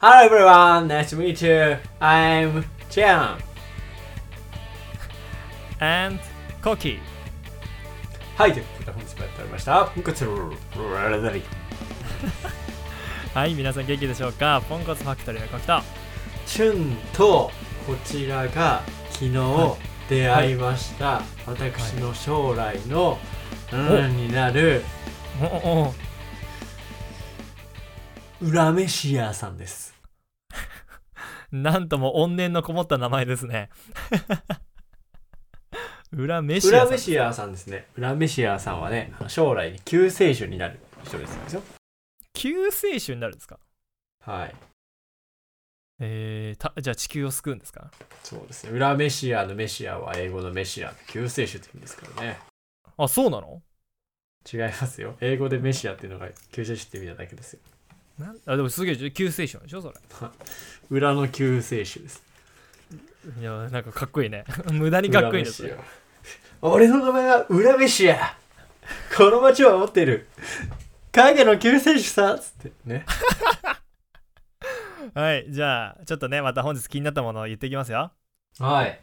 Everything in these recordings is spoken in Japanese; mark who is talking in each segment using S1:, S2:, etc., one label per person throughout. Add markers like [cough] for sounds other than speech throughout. S1: Hello everyone, nice to meet you. I'm Chiang.
S2: and Koki.
S1: はい、ということで本日もやっておりました。ポンコツルルルルルルル
S2: はい、皆さん元気でしょうかポンコツファクトリーのコキと。
S1: チュンとこちらが昨日出会いました、私の将来のうんになる
S2: おおお
S1: 裏メシアさんです。
S2: なんとも怨念のこもった名前ですね。 [laughs] 裏メシア
S1: 裏
S2: さん
S1: メシアさんですね。裏メシアさんはね、あの将来に救世主になる人ですよ。
S2: 救世主になるんですか
S1: はい。
S2: えー、たじゃあ地球を救うんですか
S1: そうですね。裏メシアのメシアは英語のメシア、救世主って意味ですからね。
S2: あ、そうなの
S1: 違いますよ。英語でメシアっていうのが救世主って意味なだけですよ。
S2: なんあでもすげえ救世主なんでしょそれ。
S1: 裏の救世主です。
S2: いやー、なんかかっこいいね。 [laughs] 無駄にかっこいいです
S1: 裏
S2: ね。
S1: メシア俺の名前は裏メシアこの街は持ってる影の救世主さつってね。
S2: はい、じゃあちょっとね、また本日気になったものを言っていきますよ。
S1: はい。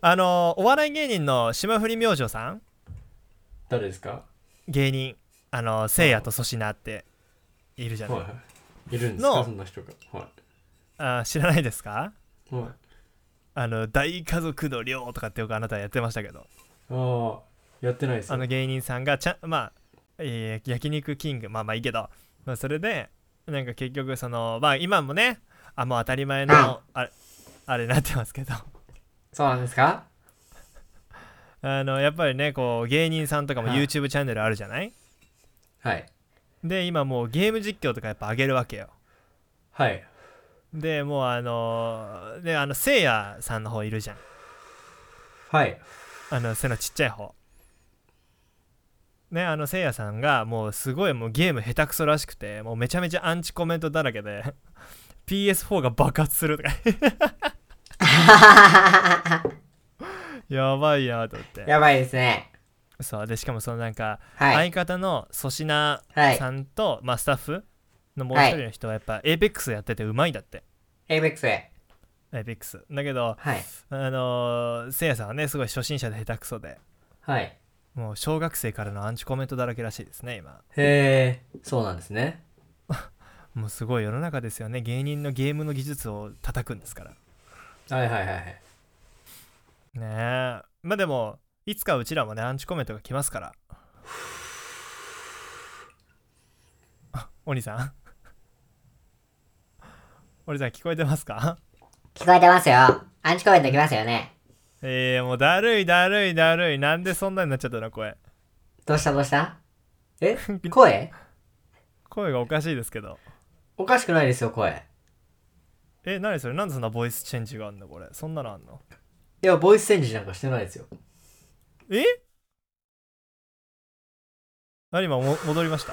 S2: あのー、お笑い芸人の霜降り明星さん
S1: 誰ですか
S2: 芸人あのせいやと粗品っているじゃない、
S1: はい。いるんですか
S2: の
S1: そんな人が。は
S2: あ知らないですか
S1: い。はい、
S2: あの大家族の寮とかってよくあなたやってましたけど
S1: ああ、やってないです
S2: あ
S1: よ。
S2: の芸人さんがちゃんまあ、えー焼肉キングまあまあいいけど、まあ、それでなんか結局そのまあ今もねあもう当たり前のあれあれになってますけど [laughs]
S1: そうなんですか
S2: あのやっぱりねこう芸人さんとかも
S1: はい
S2: YouTube チャンネルあるじゃない
S1: はい。
S2: で今もうゲーム実況とかやっぱ上げるわけよ
S1: はい。
S2: でもうあのねあのせいやさんの方いるじゃん
S1: はい。
S2: あの背のちっちゃい方ねあのせいやさんがもうすごいもうゲーム下手くそらしくてもうめちゃめちゃアンチコメントだらけで [laughs] PS4 が爆発するとか [laughs] やばいやと思
S1: [laughs]
S2: って
S1: やばいですね。
S2: そうでしかもそのなんか、
S3: はい。
S2: 相方の粗品
S3: はい。
S2: さんと、まあ、スタッフのもう一人の人はやっぱ APEX やっててうまいんだって
S3: エイベックス。は
S2: APEX だけど
S3: い。
S2: あのーせいやさんはねすごい初心者で下手くそで
S1: はい。
S2: もう小学生からのアンチコメントだらけらしいですね今
S1: へえ、そうなんですね。
S2: もうすごい世の中ですよね芸人のゲームの技術を叩くんですからね
S1: はいはいはいはい。
S2: えまあでもいつかうちらもねアンチコメントが来ますからあお兄さんお兄さん聞こえてますか
S3: 聞こえてますよ。アンチコメントきますよね。
S2: えー、もうだるいだるいだるいなんでそんなになっちゃったの声
S3: どうしたどうしたえ声
S2: 声がおかしいですけど
S3: おかしくないですよ、声。
S2: え何それなんでそんなボイスチェンジがあんのこれそんなのあんの
S1: いや、ボイスチェンジなんかしてないですよ。
S2: え何今も戻りました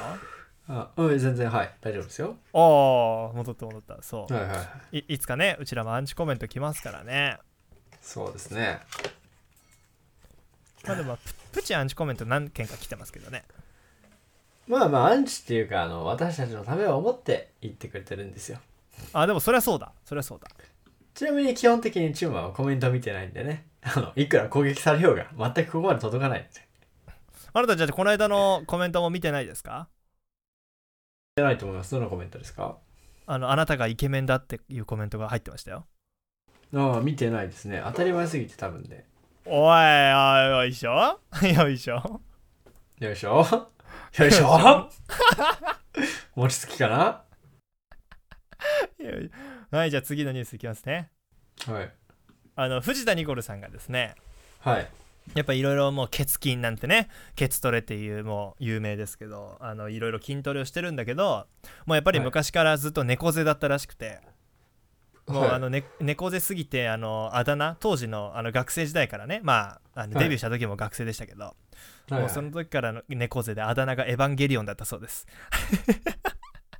S2: あ
S1: あうん、全然はい。大丈夫ですよ。
S2: あー戻った戻ったそう
S1: はいはいはい。
S2: いいつかねうちらもアンチコメント来ますからね
S1: そうですね。
S2: まあでもププチアンチコメント何件か来てますけどね
S1: まあまあ、アンチっていうか、あの、私たちのためを思って言ってくれてるんですよ。
S2: あでもそりゃそうだそりゃそうだ
S1: ちなみに基本的にチューマーはコメント見てないんでね。あの、いくら攻撃されようが、全くここまで届かないんで。
S2: あなたじゃあこの間のコメントも見てないですか
S1: じゃないと思います。どのコメントですか
S2: あのあなたがイケメンだっていうコメントが入ってましたよ
S1: ああ、見てないですね。当たり前すぎて多分ね。
S2: おいおいよいしょ [laughs] よいしょ [laughs]
S1: よいしょ。よいし
S3: [laughs]
S1: ょ。餅つきかな
S2: よいはいじゃあ次のニュースいきますね
S1: はい。
S2: あの藤田ニコルさんがですね
S1: はい。
S2: やっぱいろいろもう血筋なんてね血トレっていうもう有名ですけどあのいろいろ筋トレをしてるんだけどもうやっぱり
S1: はい
S2: 昔からずっと猫背だったらしくて、もう
S1: はい
S2: あの、ね、猫背すぎてあのあだ名当時のあの学生時代からねまああの
S1: はい
S2: デビューした時も学生でしたけど、
S1: はい
S2: も
S1: は
S2: うそ
S1: い
S2: の時からの猫背であだ名がエヴァンゲリオンだったそうです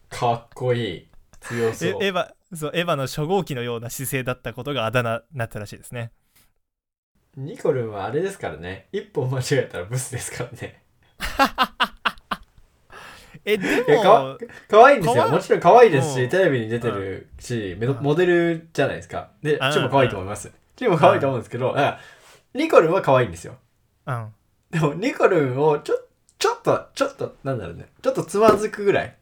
S1: かっこいい。強そ
S2: えエ
S1: う。
S2: ヴァそうエヴァの初号機のような姿勢だったことがあだ名になったらしいですね
S1: ニコルンはあれですからね。一歩間違えたらブスですからね。
S2: えで
S1: いやかわ
S2: も
S1: 可愛いんです
S2: かわ
S1: よ。
S2: いい
S1: もちろん可愛いです
S2: うん
S1: し、テレビに出てるし、メドモデルじゃないですか。で、チ
S2: うん
S1: ュも可愛いと思います。チュも可愛いと思うんですけど、だからニコルンは可愛いんですよ。
S2: うん
S1: でも、ニコルンをちょ、ちょっと、ちょっと、なんだろうね。ちょっとつまずくぐらい。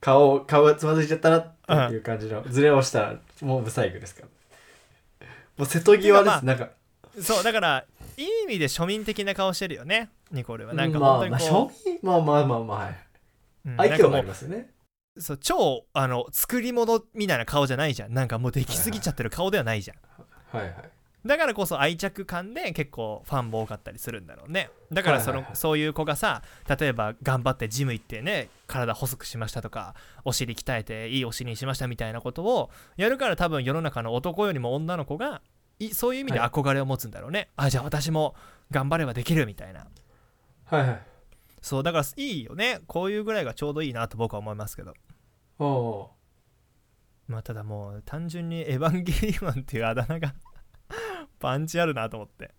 S1: 顔を、顔がつまずいちゃったなっていう感じの、ズレをしたら、もうブサイクですから。もう瀬戸際です。なんか、
S2: そうだからいい意味で庶民的な顔してるよねニコルはなんか
S1: ま
S2: 本当
S1: あ、まあ、
S2: に
S1: 正
S2: こ
S1: 味、まあまあまあまあ、はい。
S2: う、うん
S1: 愛
S2: なんか
S1: 嬌
S2: も
S1: が
S2: う
S1: ありますよね。
S2: そう超あの作り物みたいな顔じゃないじゃんなんかもうできすぎちゃってる顔ではないじゃん、
S1: はいはい。
S2: だからこそ愛着感で結構ファンも多かったりするんだろうねだからそ
S1: はい
S2: の、
S1: はいはい
S2: そういう子がさ例えば頑張ってジム行ってね体細くしましたとかお尻鍛えていいお尻にしましたみたいなことをやるから多分世の中の男よりも女の子がいそういう意味で
S1: は
S2: 憧れを持つんだろうね、あじゃあ私も頑張ればできるみたいな
S1: はいはい。
S2: そうだからいいよねこういうぐらいがちょうどいいなと僕は思いますけど
S1: おお
S2: まあただもう単純に「エヴァンゲリオン」っていうあだ名が [laughs] パンチあるなと思って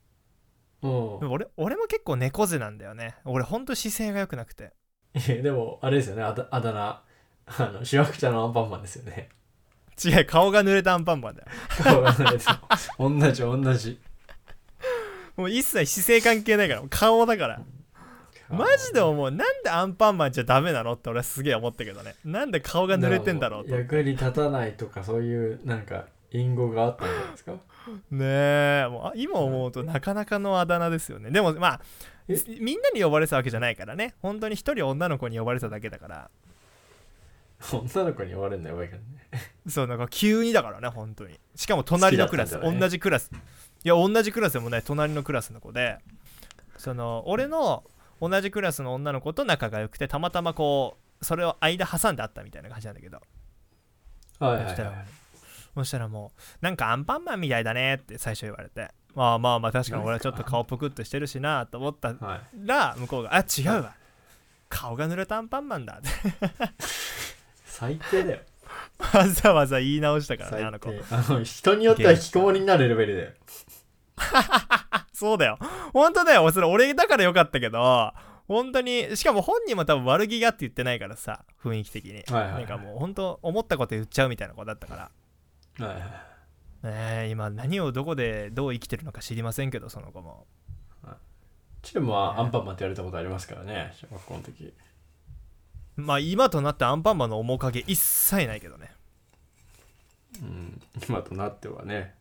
S1: う。お
S2: で
S1: う
S2: も俺俺も結構猫背なんだよね俺ほんと姿勢が良くなくて
S1: いやでも、あれですよね。あだあだ名。あの、しわくちゃのアンパンマンですよね。
S2: 違う顔が濡れたアンパンマンだよ
S1: 顔がないですよ
S2: [laughs]
S1: 同じ同じ。
S2: もう一切姿勢関係ないから顔だからマジで思うなんでアンパンマンじゃダメなのって俺はすげえ思ったけどねなんで顔が濡れてんだろうとね
S1: 役に立たないとかそういうなんか隠語があったんじゃないですか [laughs]
S2: えもうあ今思うとなかなかのあだ名ですよねでもまあ
S1: え
S2: みんなに呼ばれてたわけじゃないからね本当に一人女の子に呼ばれてただけだから
S1: 女の子に言われるのやばいからね
S2: そうなんか急にだからね本当にしかも隣のクラス、
S1: 好きだったんじゃない
S2: 同じクラスいや同じクラスでもない隣のクラスの子でその俺の同じクラスの女の子と仲が良くてたまたまこうそれを間挟んであったみたいな感じなんだけど
S1: はい
S2: そしたらそしたらもうなんかアンパンマンみたいだねって最初言われてまあまあまあ確かに俺はちょっと顔ぷくっとしてるしなと思った
S1: はい
S2: ら向こうが「あ違うわ顔が濡れたアンパンマンだ」って
S1: 最低だよ
S2: わざわざ言い直したから
S1: 最
S2: ね
S1: 低
S2: [laughs] あ
S1: あ
S2: の子
S1: の人によっては引きこもりになるレベルだよ
S2: そうだよ。本当だよ。それ俺だからよかったけど、本当に、しかも本人も多分悪気がって言ってないからさ、雰囲気的に。
S1: はいはいはい
S2: なんかもう本当、思ったこと言っちゃうみたいな子だったから。
S1: はいはい
S2: ねえ今何をどこでどう生きてるのか知りませんけどその子も
S1: チュームはアンパンマンって言われたことありますからね小学校の時
S2: まあ今となってアンパンマンの面影一切ないけどね
S1: うん今となってはね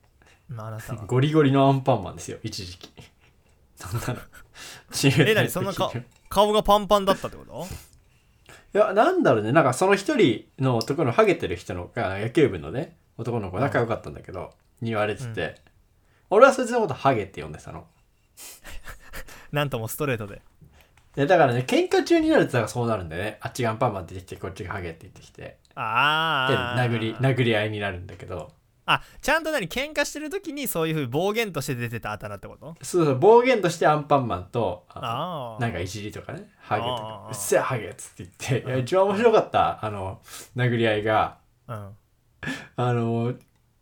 S2: まああなたは
S1: [laughs] ゴリゴリのアンパンマンですよ一時期なんなの中学の時
S2: [laughs] え何そんな顔顔がパンパンだったってこと
S1: いや、なんだろうね。なんかその一人の男のハゲてる人のが野球部のね、男の子仲良かったんだけど、に言われてて、俺はそいつのことハゲって呼んでたの。
S2: なんともストレートで
S1: で、だからね、喧嘩中になるとだからそうなるんだよね。あっちがアンパンマンって出てきて、こっちがハゲって言ってきて、で、
S2: ああ
S1: 殴り、殴り合いになるんだけど、
S2: あちゃんと何喧嘩してる時にそういうふうに暴言として出てたあだ名ってこと
S1: そうそう、暴言としてアンパンマンと、あ
S2: ああ
S1: なんかいじりとかね、ハゲと
S2: あ
S1: か
S2: あ、
S1: うっせえハゲっつって言って、いや、一番面白かった、あの、殴り合いが、
S2: うん
S1: あの、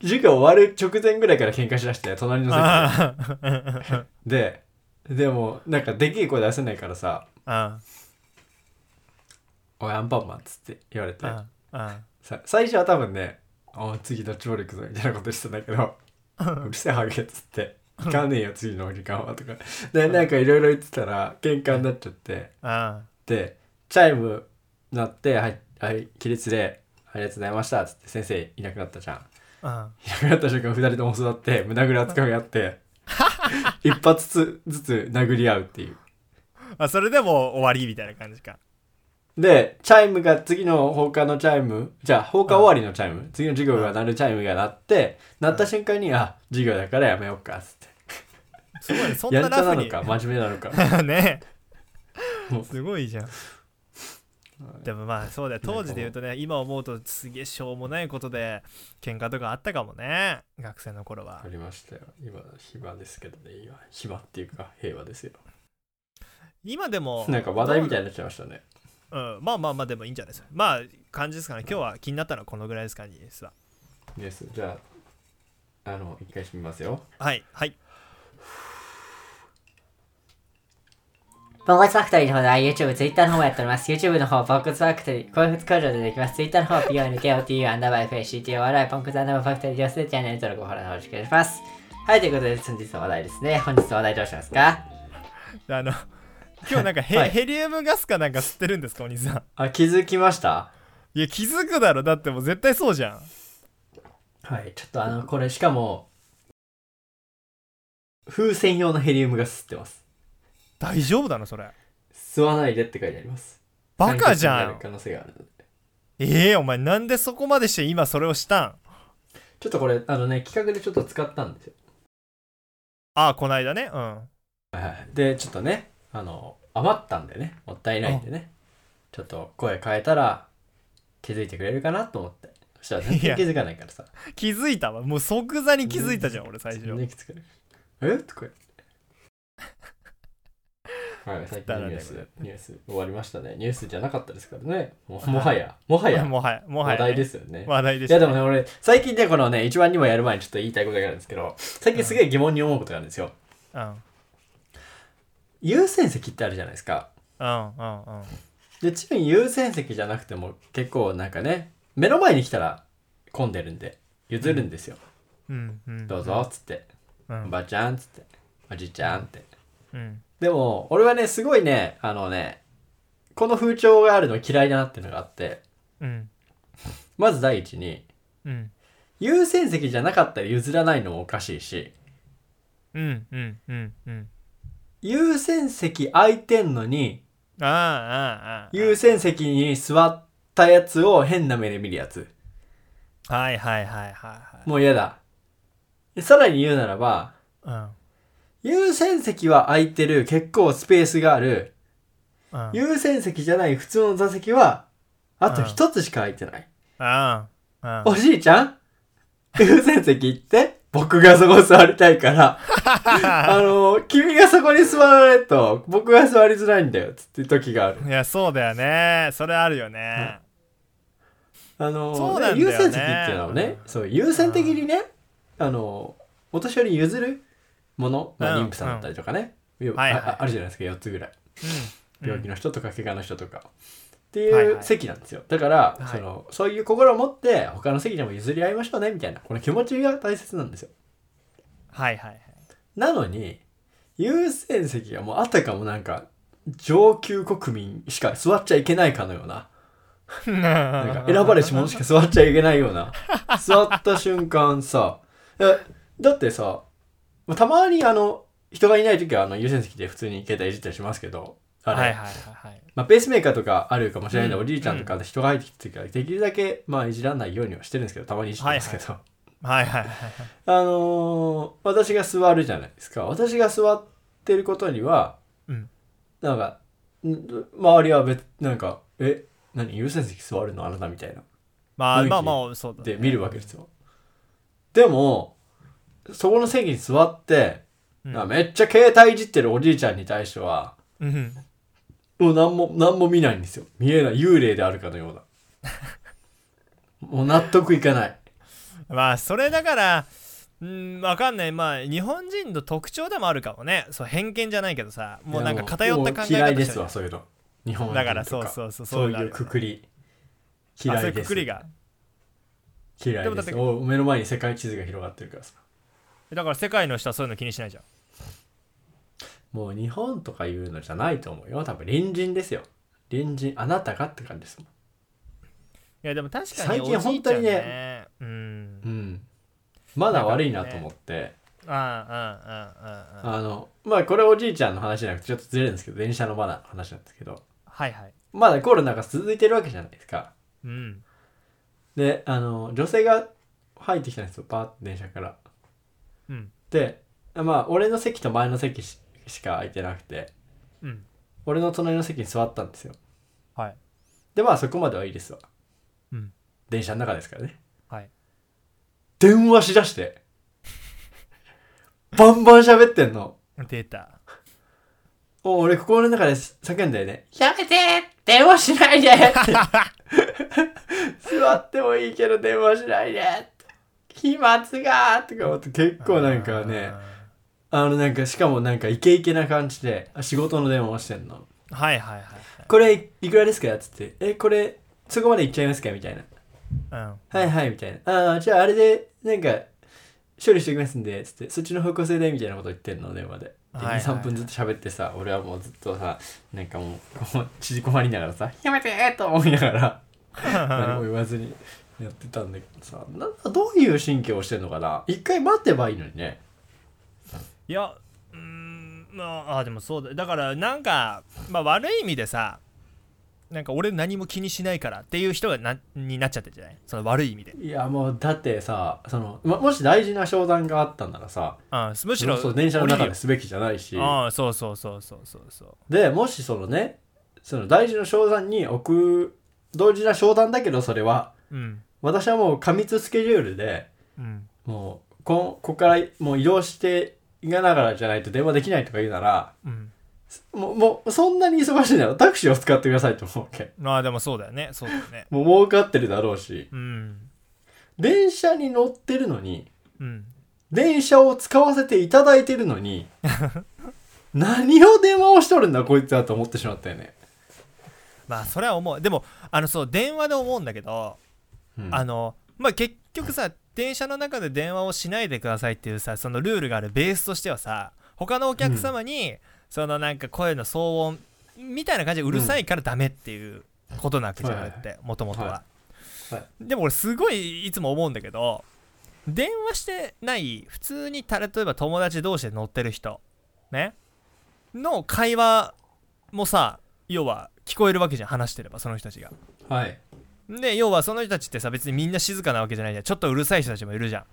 S1: 授業終わる直前ぐらいから喧嘩しだして、隣の席で。
S2: あー
S1: ででもなんかでけえ声出せないからさ
S2: うん
S1: 「おいアンパンマン」っつって言われて
S2: うんうん
S1: さ最初は多分ね「お次ドッジボール行くぞ」みたいなことしてたんだけど「うるせえハゲ」っつって「行かねえよ次の時間は」とかでなんかいろいろ言ってたら喧嘩になっちゃって
S2: うん
S1: でチャイム鳴って「はいはい起立でありがとうございました」っつって先生いなくなったじゃん。
S2: うん
S1: いなくなった瞬間二人とも育って胸ぐらつかみ合って一発つずつ殴り合うっていう。
S2: あそれでもう終わりみたいな感じか
S1: で、チャイムが次の放課のチャイム、じゃあ放課終わりのチャイム、次の授業が鳴るチャイムが鳴って、鳴った瞬間に、あ、授業だからやめようか、つって。
S2: すごいねそん
S1: や
S2: な
S1: る気
S2: ラ
S1: な
S2: フ
S1: の
S2: に
S1: か、真面目なのか。
S2: [laughs] ね
S1: もう
S2: すごいじゃんでもまあそうだよ当時で言うとね今思うとすげえしょうもないことで喧嘩とかあったかもね学生の頃は
S1: ありましたよ。今、暇ですけどね、今、暇っていうか、平和ですよ。
S2: 今でも
S1: なんか話題みたいになっちゃいましたね。
S2: うん、まあまあまあでもいいんじゃないですかまあ感じですかね今日は気になったのはこのぐらいですかね実は
S1: です。じゃあ、あの、一回閉めますよ。
S2: はいはい
S3: ポンコツファクトリーの方では YouTube、Twitter の方もやっております。YouTube の方、ポンコツファクトリー、コンコツ工場でできます。Twitter の方、PONKOTU、アンダーバー FACTO、笑い、ポンコツアンダーバーファクトリー、両数チャンネル登録、フォローの方よろしくお願いします。はい、ということで、本日の話題ですね。本日の話題どうしますか
S2: あの今日なんかヘ,、
S1: はい
S2: ヘリウムガスかなんか吸ってるんですかお兄さん
S1: あ気づきました
S2: いや気づくだろだってもう絶対そうじゃん
S1: はいちょっとあのこれしかも風船用のヘリウムガス吸ってます
S2: 大丈夫だなそれ
S1: 吸わないでって書いてあります
S2: バカじ
S1: 酸欠にな
S2: ゃ
S1: る
S2: ん
S1: 可能性があるので
S2: ええお前なんでそこまでして今それをしたん
S1: ちょっとこれあのね企画でちょっと使ったんですよ
S2: ああこないだねうん
S1: はいはいでちょっとねあの余ったんでねもったいないんでねちょっと声変えたら気づいてくれるかなと思ってそしたら全然気づかないからさ
S2: 気づいたわもう即座に気づいたじゃん俺最初
S1: 全然気づかないえとか言っ
S2: [laughs]
S1: てはい最近のニュース、
S2: だら
S1: ニュース終わりましたねニュースじゃなかったですからねももはやもはや
S2: もはやもは
S1: 話
S2: や
S1: 題ですよね
S2: 話題で
S1: いや
S2: す
S1: でもね俺最近ねこのね一番にもやる前にちょっと言いたいことがあるんですけど最近すげえ疑問に思うことがあるんですよ、
S2: うんうん
S1: 優先席ってあるじゃないですか
S2: うんうん
S1: でチビン優先席じゃなくても結構なんかね目の前に来たら混んでるんで譲るんですよ、
S2: うんうん
S1: どうぞっつって、
S2: うん
S1: おばちゃんっつっておじいちゃんって
S2: うん
S1: でも俺はねすごいねあのねこの風潮があるの嫌いだなっていうのがあって
S2: うん
S1: まず第一に
S2: うん
S1: 優先席じゃなかったら譲らないのもおかしいし
S2: うんうんうんうん
S1: 優先席空いてんのに
S2: ああああああ
S1: 優先席に座ったやつを変な目で見るやつ
S2: はいはいはいはい
S1: もう嫌だでさらに言うならば
S2: はい
S1: 優先席は空いてる結構スペースがある
S2: うんうん
S1: 優先席じゃない普通の座席はあと一つしか空いてない、
S2: ああ
S1: おじいちゃん優先席行って僕がそこ座りたい
S2: [laughs]
S1: から、あの君がそこに座らないと僕が座りづらいんだよつって時がある。
S2: いやそうだよねそれあるよね
S1: あの
S2: そうなんだよね
S1: 優先席っていうのはね、
S2: うん
S1: そう優先的にね、あのお年寄りに譲るもの、まあ、
S2: うん
S1: 妊婦さんだったりとかね、よ
S2: はいはい
S1: あああるじゃないですか4つぐらい。
S2: うん
S1: 病気の人とか怪我の人とか、って
S2: はい
S1: い
S2: は
S1: う
S2: い
S1: 席なんですよだから、
S2: はい
S1: そのそういう心を持って他の席でも譲り合いましょうねみたいなこの気持ちが大切なんですよ
S2: はいはいはい
S1: なのに優先席がもうあたかもなんか上級国民しか座っちゃいけないかのようななんか [laughs] 選ばれし者しか座っちゃいけないような座った瞬間さえだってさまあたまにあの人がいない時はあの優先席で普通に携帯いじったりしますけどあれ、
S2: はいはいはいはい
S1: まあ、ペースメーカーとかあるかもしれないんで、
S2: うん
S1: おじいちゃんとか人が入ってきてるから、できるだけ、まあ、いじらないようにはしてるんですけど、たまにいじってますけど、
S2: はいはいはい
S1: あのー私が座るじゃないですか。私が座ってることには、
S2: うん
S1: なんか、ん周りは別、なんか、え、何、優先席座るのあなたみたいな。
S2: ま
S1: 雰
S2: あ
S1: 囲気
S2: まあまあそうだね
S1: で、見るわけですよ。でも、そこの席に座って、
S2: うん
S1: なんかめっちゃ携帯いじってるおじいちゃんに対しては、
S2: うん
S1: もう何も、何も見ないんですよ。見えない。幽霊であるかの
S2: [laughs]
S1: ような。もう納得いかない。
S2: まあそれだからうんわかんないまあ日本人の特徴でもあるかもねそう偏見じゃないけどさもうなんか偏った考え方し
S1: い
S2: て
S1: やも
S2: る
S1: うもう嫌いですわ、そういうの。日本人と
S2: だからそうそうそうそういうのあ
S1: い
S2: る
S1: う
S2: よね
S1: くくり。
S2: あ
S1: 嫌
S2: そうい
S1: いうで
S2: く
S1: す。
S2: くりが
S1: 嫌
S2: で
S1: い
S2: も
S1: で
S2: だって
S1: す。お目の前に世界地図が広がってるからさ。
S2: だから世界の人はそういうの気にしないじゃん
S1: もう日本とかいうのじゃないと思うよ。多分隣人ですよ。隣人、あなたがって感じですもん。
S2: いやでも確か
S1: 最
S2: にお
S1: 近
S2: じ
S1: 本
S2: いちゃ
S1: 当
S2: ん
S1: に
S2: ねうん
S1: うん。まだ悪いなと思って、
S2: ああああああ
S1: あの、まあこれおじいちゃんの話じゃなくてちょっとずれるんですけど、電車のマナーの話なんですけど、
S2: はいはい
S1: まだコロナが続いてるわけじゃないですか。
S2: うん
S1: であの女性が入ってきたんですよパーって電車から
S2: うん
S1: でまあ俺の席と前の席ししか空いてなくて
S2: うん
S1: 俺の隣の席に座ったんですよ
S2: はい
S1: でまあそこまではいいですわ
S2: うん
S1: 電車の中ですからね
S2: はい
S1: 電話しだしてバンバン喋ってんの
S2: 出た
S1: お俺心の中で叫んだよねやめて電話しないで座ってもいいけど電話しないで飛沫がとか思って結構なんかねあのなんかしかもなんかイケイケな感じであ仕事の電話をしてんの
S2: [laughs] はいはい
S1: これいくらですかっつってえこれそこまでいっちゃいますかみたいな
S2: はい。うん。
S1: はいはいみたいなああじゃああれでなんか処理しておきますんでつってそっちの方向性でみたいなこと言ってんの電話でで
S2: はいはいはい
S1: 23分ずっと喋ってさ俺はもうずっとさなんかもうこう縮こまりながらさ「やめて!」と思いながら何も言わずにやってたんだけどさなんかどういう神経をしてんのかな一回待てばいいのにね
S2: いや、うーん、まあ、あでもそうだ。だから、なんか、まあ、悪い意味でさ、なんか俺何も気にしないからっていう人がなになっちゃってんじゃないその悪い意味で。
S1: いやもうだってさその、ま、もし大事な商談があったんならさ
S2: あむし
S1: そ
S2: ろ
S1: うそう電車の中
S2: 降りるよ
S1: ですべきじゃないし
S2: ああそうそうそうそうそうそう
S1: でもしそのねその大事な商談に置く同時な商談だけどそれは
S2: うん
S1: 私はもう過密スケジュールで
S2: うん
S1: もうこここからもう移動していかながらじゃないと電話できないとか言うなら
S2: うん
S1: もうもうそんなに忙しいならタクシーを使ってくださいと思うわけ
S2: まあでもそうだよねそうだよね
S1: もう儲かってるだろうし
S2: うん
S1: 電車に乗ってるのに
S2: うん
S1: 電車を使わせていただいてるのに何を電話をしとるんだこいつはと思ってしまったよね、
S2: まあそれは思うでもあのそう電話で思うんだけど、
S1: うん
S2: あのまあ結局さ電車の中で電話をしないでくださいっていうさそのルールがあるベースとしてはさ他のお客様に、そのなんか声の騒音みたいな感じでうるさいからダメっていうことなわけじゃん、
S1: うん
S2: これってもともとは、
S1: ははい
S2: でも俺すごいいつも思うんだけど電話してない普通にた例えば友達同士で乗ってる人ねの会話もさ要は聞こえるわけじゃん話してればその人たちが
S1: はい
S2: で要はその人たちってさ別にみんな静かなわけじゃないじゃんちょっとうるさい人たちもいるじゃん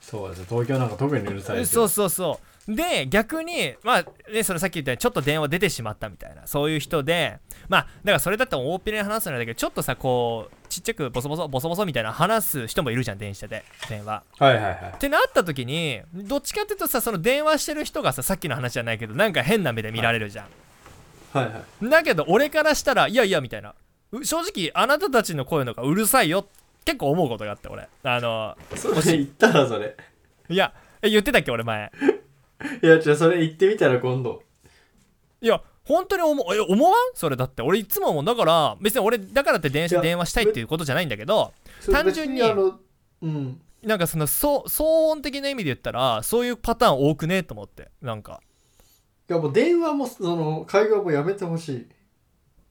S1: そうです東京なんか特にうるさいです
S2: そ
S1: よ
S2: うそうそうで逆にまあねそれさっき言ったようにちょっと電話出てしまったみたいなそういう人でまあだからそれだったら大っぴらに話すのはだけどちょっとさこうちっちゃくボソボソボソボソみたいな話す人もいるじゃん電車で電話
S1: はいはいはい
S2: ってなった時にどっちかっていうとさその電話してる人がささっきの話じゃないけどなんか変な目で見られるじゃん、
S1: はいはい
S2: だけど俺からしたらいやいやみたいなう正直あなたたちの声の方がうるさいよ結構思うことがあって俺あの
S1: それ言ったらそれ
S2: いやえ言ってたっけ俺前
S1: いやじゃあそれ言ってみたら今度
S2: いや本当に思うえ思わんそれだって俺いつも思うだから別に俺だからって電
S1: い
S2: 車
S1: や
S2: 電話したいっていうことじゃないんだけど
S1: それ
S2: 単純に
S1: 別あのうん
S2: なんかそのそう騒音的な意味で言ったらそういうパターン多くねと思ってなんか
S1: いやもう電話もその会話もやめてほしい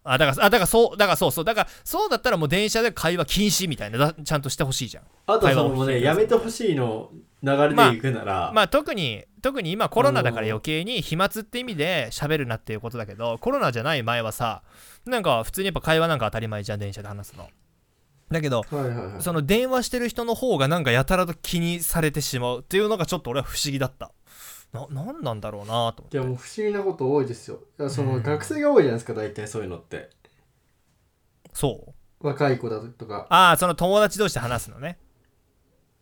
S2: あだからあだからそうだからそうそうだからそうだったらもう電車で会話禁止みたいなだちゃんとしてほしいじゃん
S1: あと
S2: 会
S1: そ
S2: 話
S1: の
S2: を
S1: もう
S2: して
S1: ね
S2: くだ
S1: や
S2: さい
S1: めてほしいの流れでいくなら、
S2: まあ特に特に今コロナだから余計に飛沫って意味で喋るなっていうことだけどコロナじゃない前はさなんか普通にやっぱ会話なんか当たり前じゃん電車で話すのだけど
S1: はいはいはい
S2: その電話してる人の方がなんかやたらと気にされてしまうっていうのがちょっと俺は不思議だったな何なんだろうなと思っ
S1: い
S2: て
S1: やもう不思議なこと多いですよいやその、
S2: うん
S1: 学生が多いじゃないですか大体そういうのって
S2: そう
S1: 若い子だとか
S2: ああその友達同士で話すのね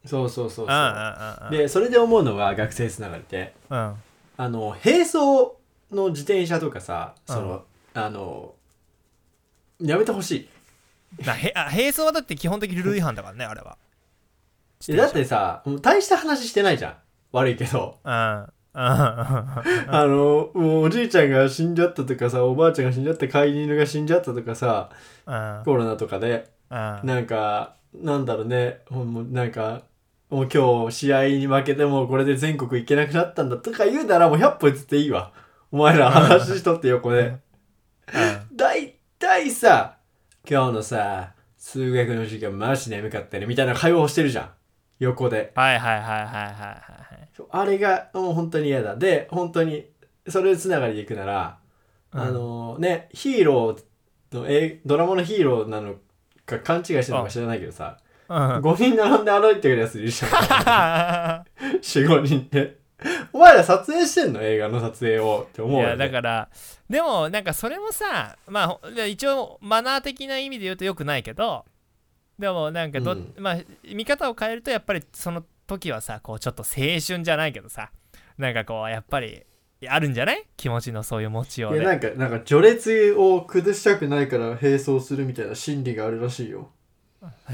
S1: そうそうそううんそ
S2: うんうん
S1: うでそれで思うのが学生つながりで
S2: うんうん
S1: あの並走の自転車とかさその、あのやめてほしい
S2: なへあ並走はだって基本的ルール違反だからねあれは
S1: えだってさもう大した話してないじゃん悪いけど
S2: うんうんうん
S1: あのもうおじいちゃんが死んじゃったとかさおばあちゃんが死んじゃって飼い犬が死んじゃったとかさ
S2: うん
S1: コロナとかで
S2: うん
S1: なんかなんだろうねほんもうなんかもう今日試合に負けてもうこれで全国行けなくなったんだとか言うならもう100歩譲っていいわお前ら話しとって横で
S2: うん
S1: だいたいさ今日のさ数学の授業マジ眠かったねみたいな会話をしてるじゃん横で
S2: はいはいはいはいはいはい
S1: そうあれがもう本当に嫌だで本当にそれつながりでいくなら、
S2: うん
S1: あのねヒーローのえドラマのヒーローなのか勘違いしてるのか知らないけどさ
S2: うん
S1: 5人並んで歩いてるやついるじゃん [laughs] 45人ってお前ら撮影してんの映画の撮影をって思う
S2: い
S1: よ、
S2: や
S1: ね、
S2: だからでもなんかそれもさまあほで一応マナー的な意味で言うとよくないけどでもなんかど、
S1: うん
S2: まあ見方を変えるとやっぱりその時はさこうちょっと青春じゃないけどさなんかこうやっぱりあるんじゃない気持ちのそういう持ちよう
S1: いや
S2: で
S1: なんかなんか序列を崩したくないから並走するみたいな心理があるらしいよ
S2: へ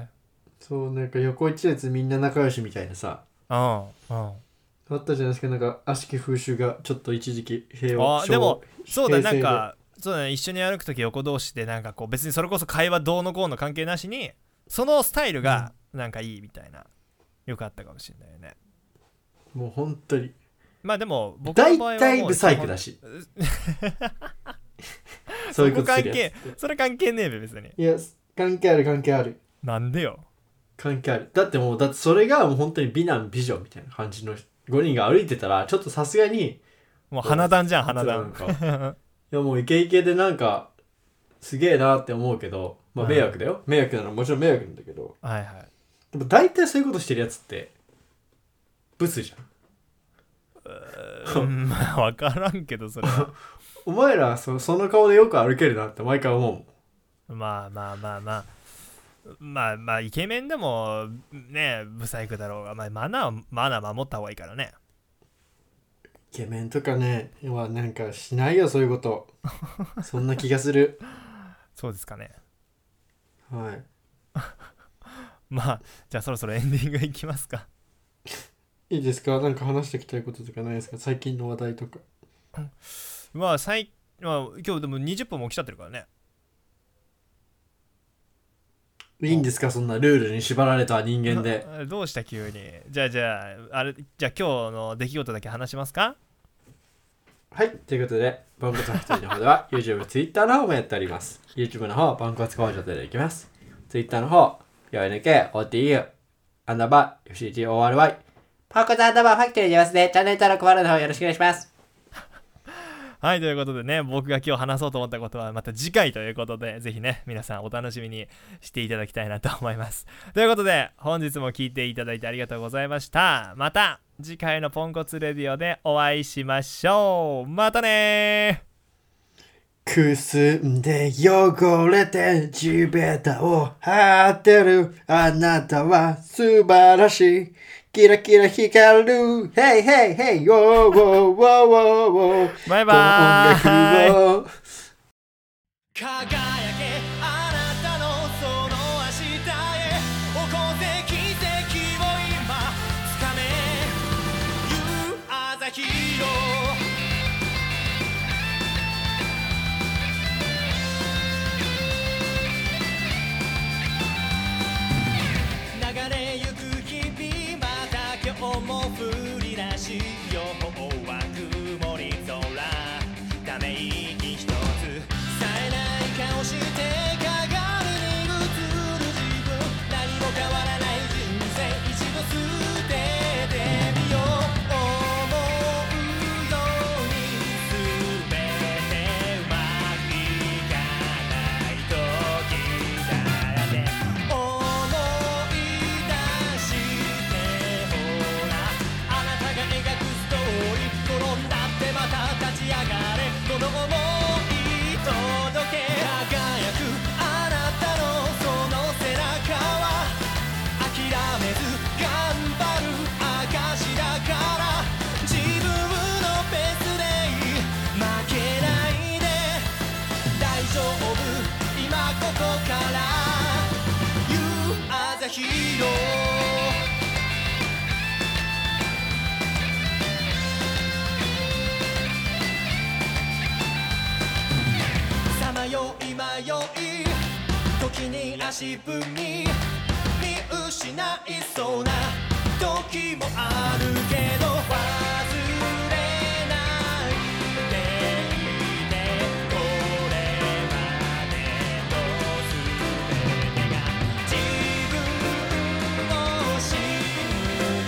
S2: え
S1: そうなんか横一列みんな仲良しみたいなさ
S2: うんうん
S1: あったじゃないですか、なんか、悪しき風習がちょっと一時期平和
S4: あでも、
S1: 昭
S4: そ
S1: 和
S4: うだな
S1: 平成
S4: ん
S1: で
S4: かそうだね一緒に歩く時横同士でなんかこう別にそれこそ会話どうのこうの関係なしにそのスタイルがなんかいいみたいな、よくあったかもしれないよね
S1: もう本当に。
S4: まあでも僕の
S1: 大
S4: 場合はもう
S1: 体ブサイクだし。そういう
S4: そこと
S1: こす
S4: 関
S1: るやつ
S4: 係それ関係ねえべ別に
S1: いや、関係ある関係ある。
S4: なんでよ
S1: 関係ある。だってもう、だってそれがもう本当に美男美女みたいな感じの5人が歩いてたら、ちょっとさすがに、
S4: もう花壇じゃん花
S1: なん
S4: 壇
S1: か、 [laughs] いやもうイケイケでなんか、すげえなって思うけど、まあ迷惑だよ。迷惑なのもちろん迷惑なんだけど、
S4: はいはい
S1: でも大体そういうことしてるやつって、ブスじゃん。
S4: うんま [laughs] あ分からんけどそれは
S1: お前らそその顔でよく歩けるなって毎回思うもん
S4: まあまあまあまあまあまあイケメンでもねブサイクだろうが、まあ、マナーはマナー守った方がいいからね
S1: イケメンとかねはなんかしないよそういうこと [laughs] そんな気がする
S4: そうですかね
S1: はい
S4: まあじゃあそろそろエンディングいきますか
S1: いいですかなんか話しておきたいこととかないですか最近の話題とか
S4: まあ最まあ今日でも20分も来ちゃってるからね
S1: いいんですかそんなルールに縛られた人間で
S4: あどうした急にじゃあじゃああれじゃあ今日の出来事だけ話しますか
S1: はいということでバンコツファクトリーの方で [laughs] は YouTube、Twitter の方もやっております YouTube の方バンコツ工場でできます Twitter の方 YNKOTU アンダーバー FCTORY
S3: パコツアンダーバーファクトリーでますね。チャンネル登録フォローの方よろしくお願いします。
S4: はいということでね僕が今日話そうと思ったことはまた次回ということでぜひね皆さんお楽しみにしていただきたいなと思います [laughs] ということで本日も聞いていただいてありがとうございましたまた次回のポンコツレディオでお会いしましょうまたねー
S1: くすんで汚れて地べたを張ってるあなたは素晴らしいキラキラ光る Hey hey hey yo wo wo wo wo
S4: バイバーイ
S1: この音楽を
S4: 輝けあなたのその明日へ起こせ奇跡を今掴め You are the hero
S2: 「流れゆく日々また今日も降り出し」「予報は曇り空」「ため息ひとつ」「冴えない顔して鏡に映る自分」「何も変わらない人生一度捨ててみよう」「思うように全てうまくいかない時だって」「思い出してほら」「あなたが描くストーリー」「転んだってまた立ち上がれ」「この想い届け」「輝くあなたのその背中は」「諦めず頑張る証だから」「自分のペースでいい負けないで」「大丈夫今ここから」「You are the hero」さまよい迷い時に足踏み見失いそうな時もあるけど忘れないでいてこれまでの全てが自分を信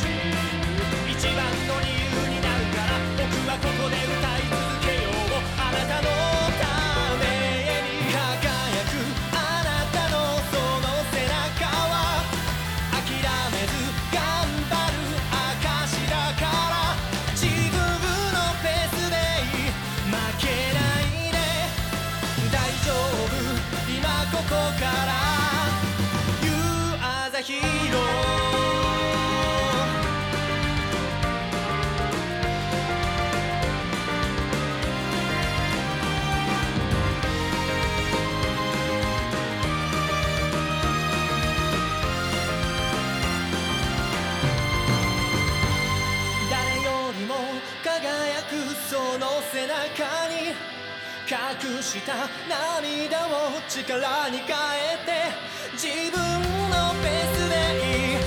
S2: じる一番の理由になるから僕はここで歌い続けようあなたのために輝くあなたのその背中は諦めず頑張る証だから自分のペースでいい負けないで大丈夫今ここから You are the hero「誰よ隠した涙を力に変えて自分のペースでいい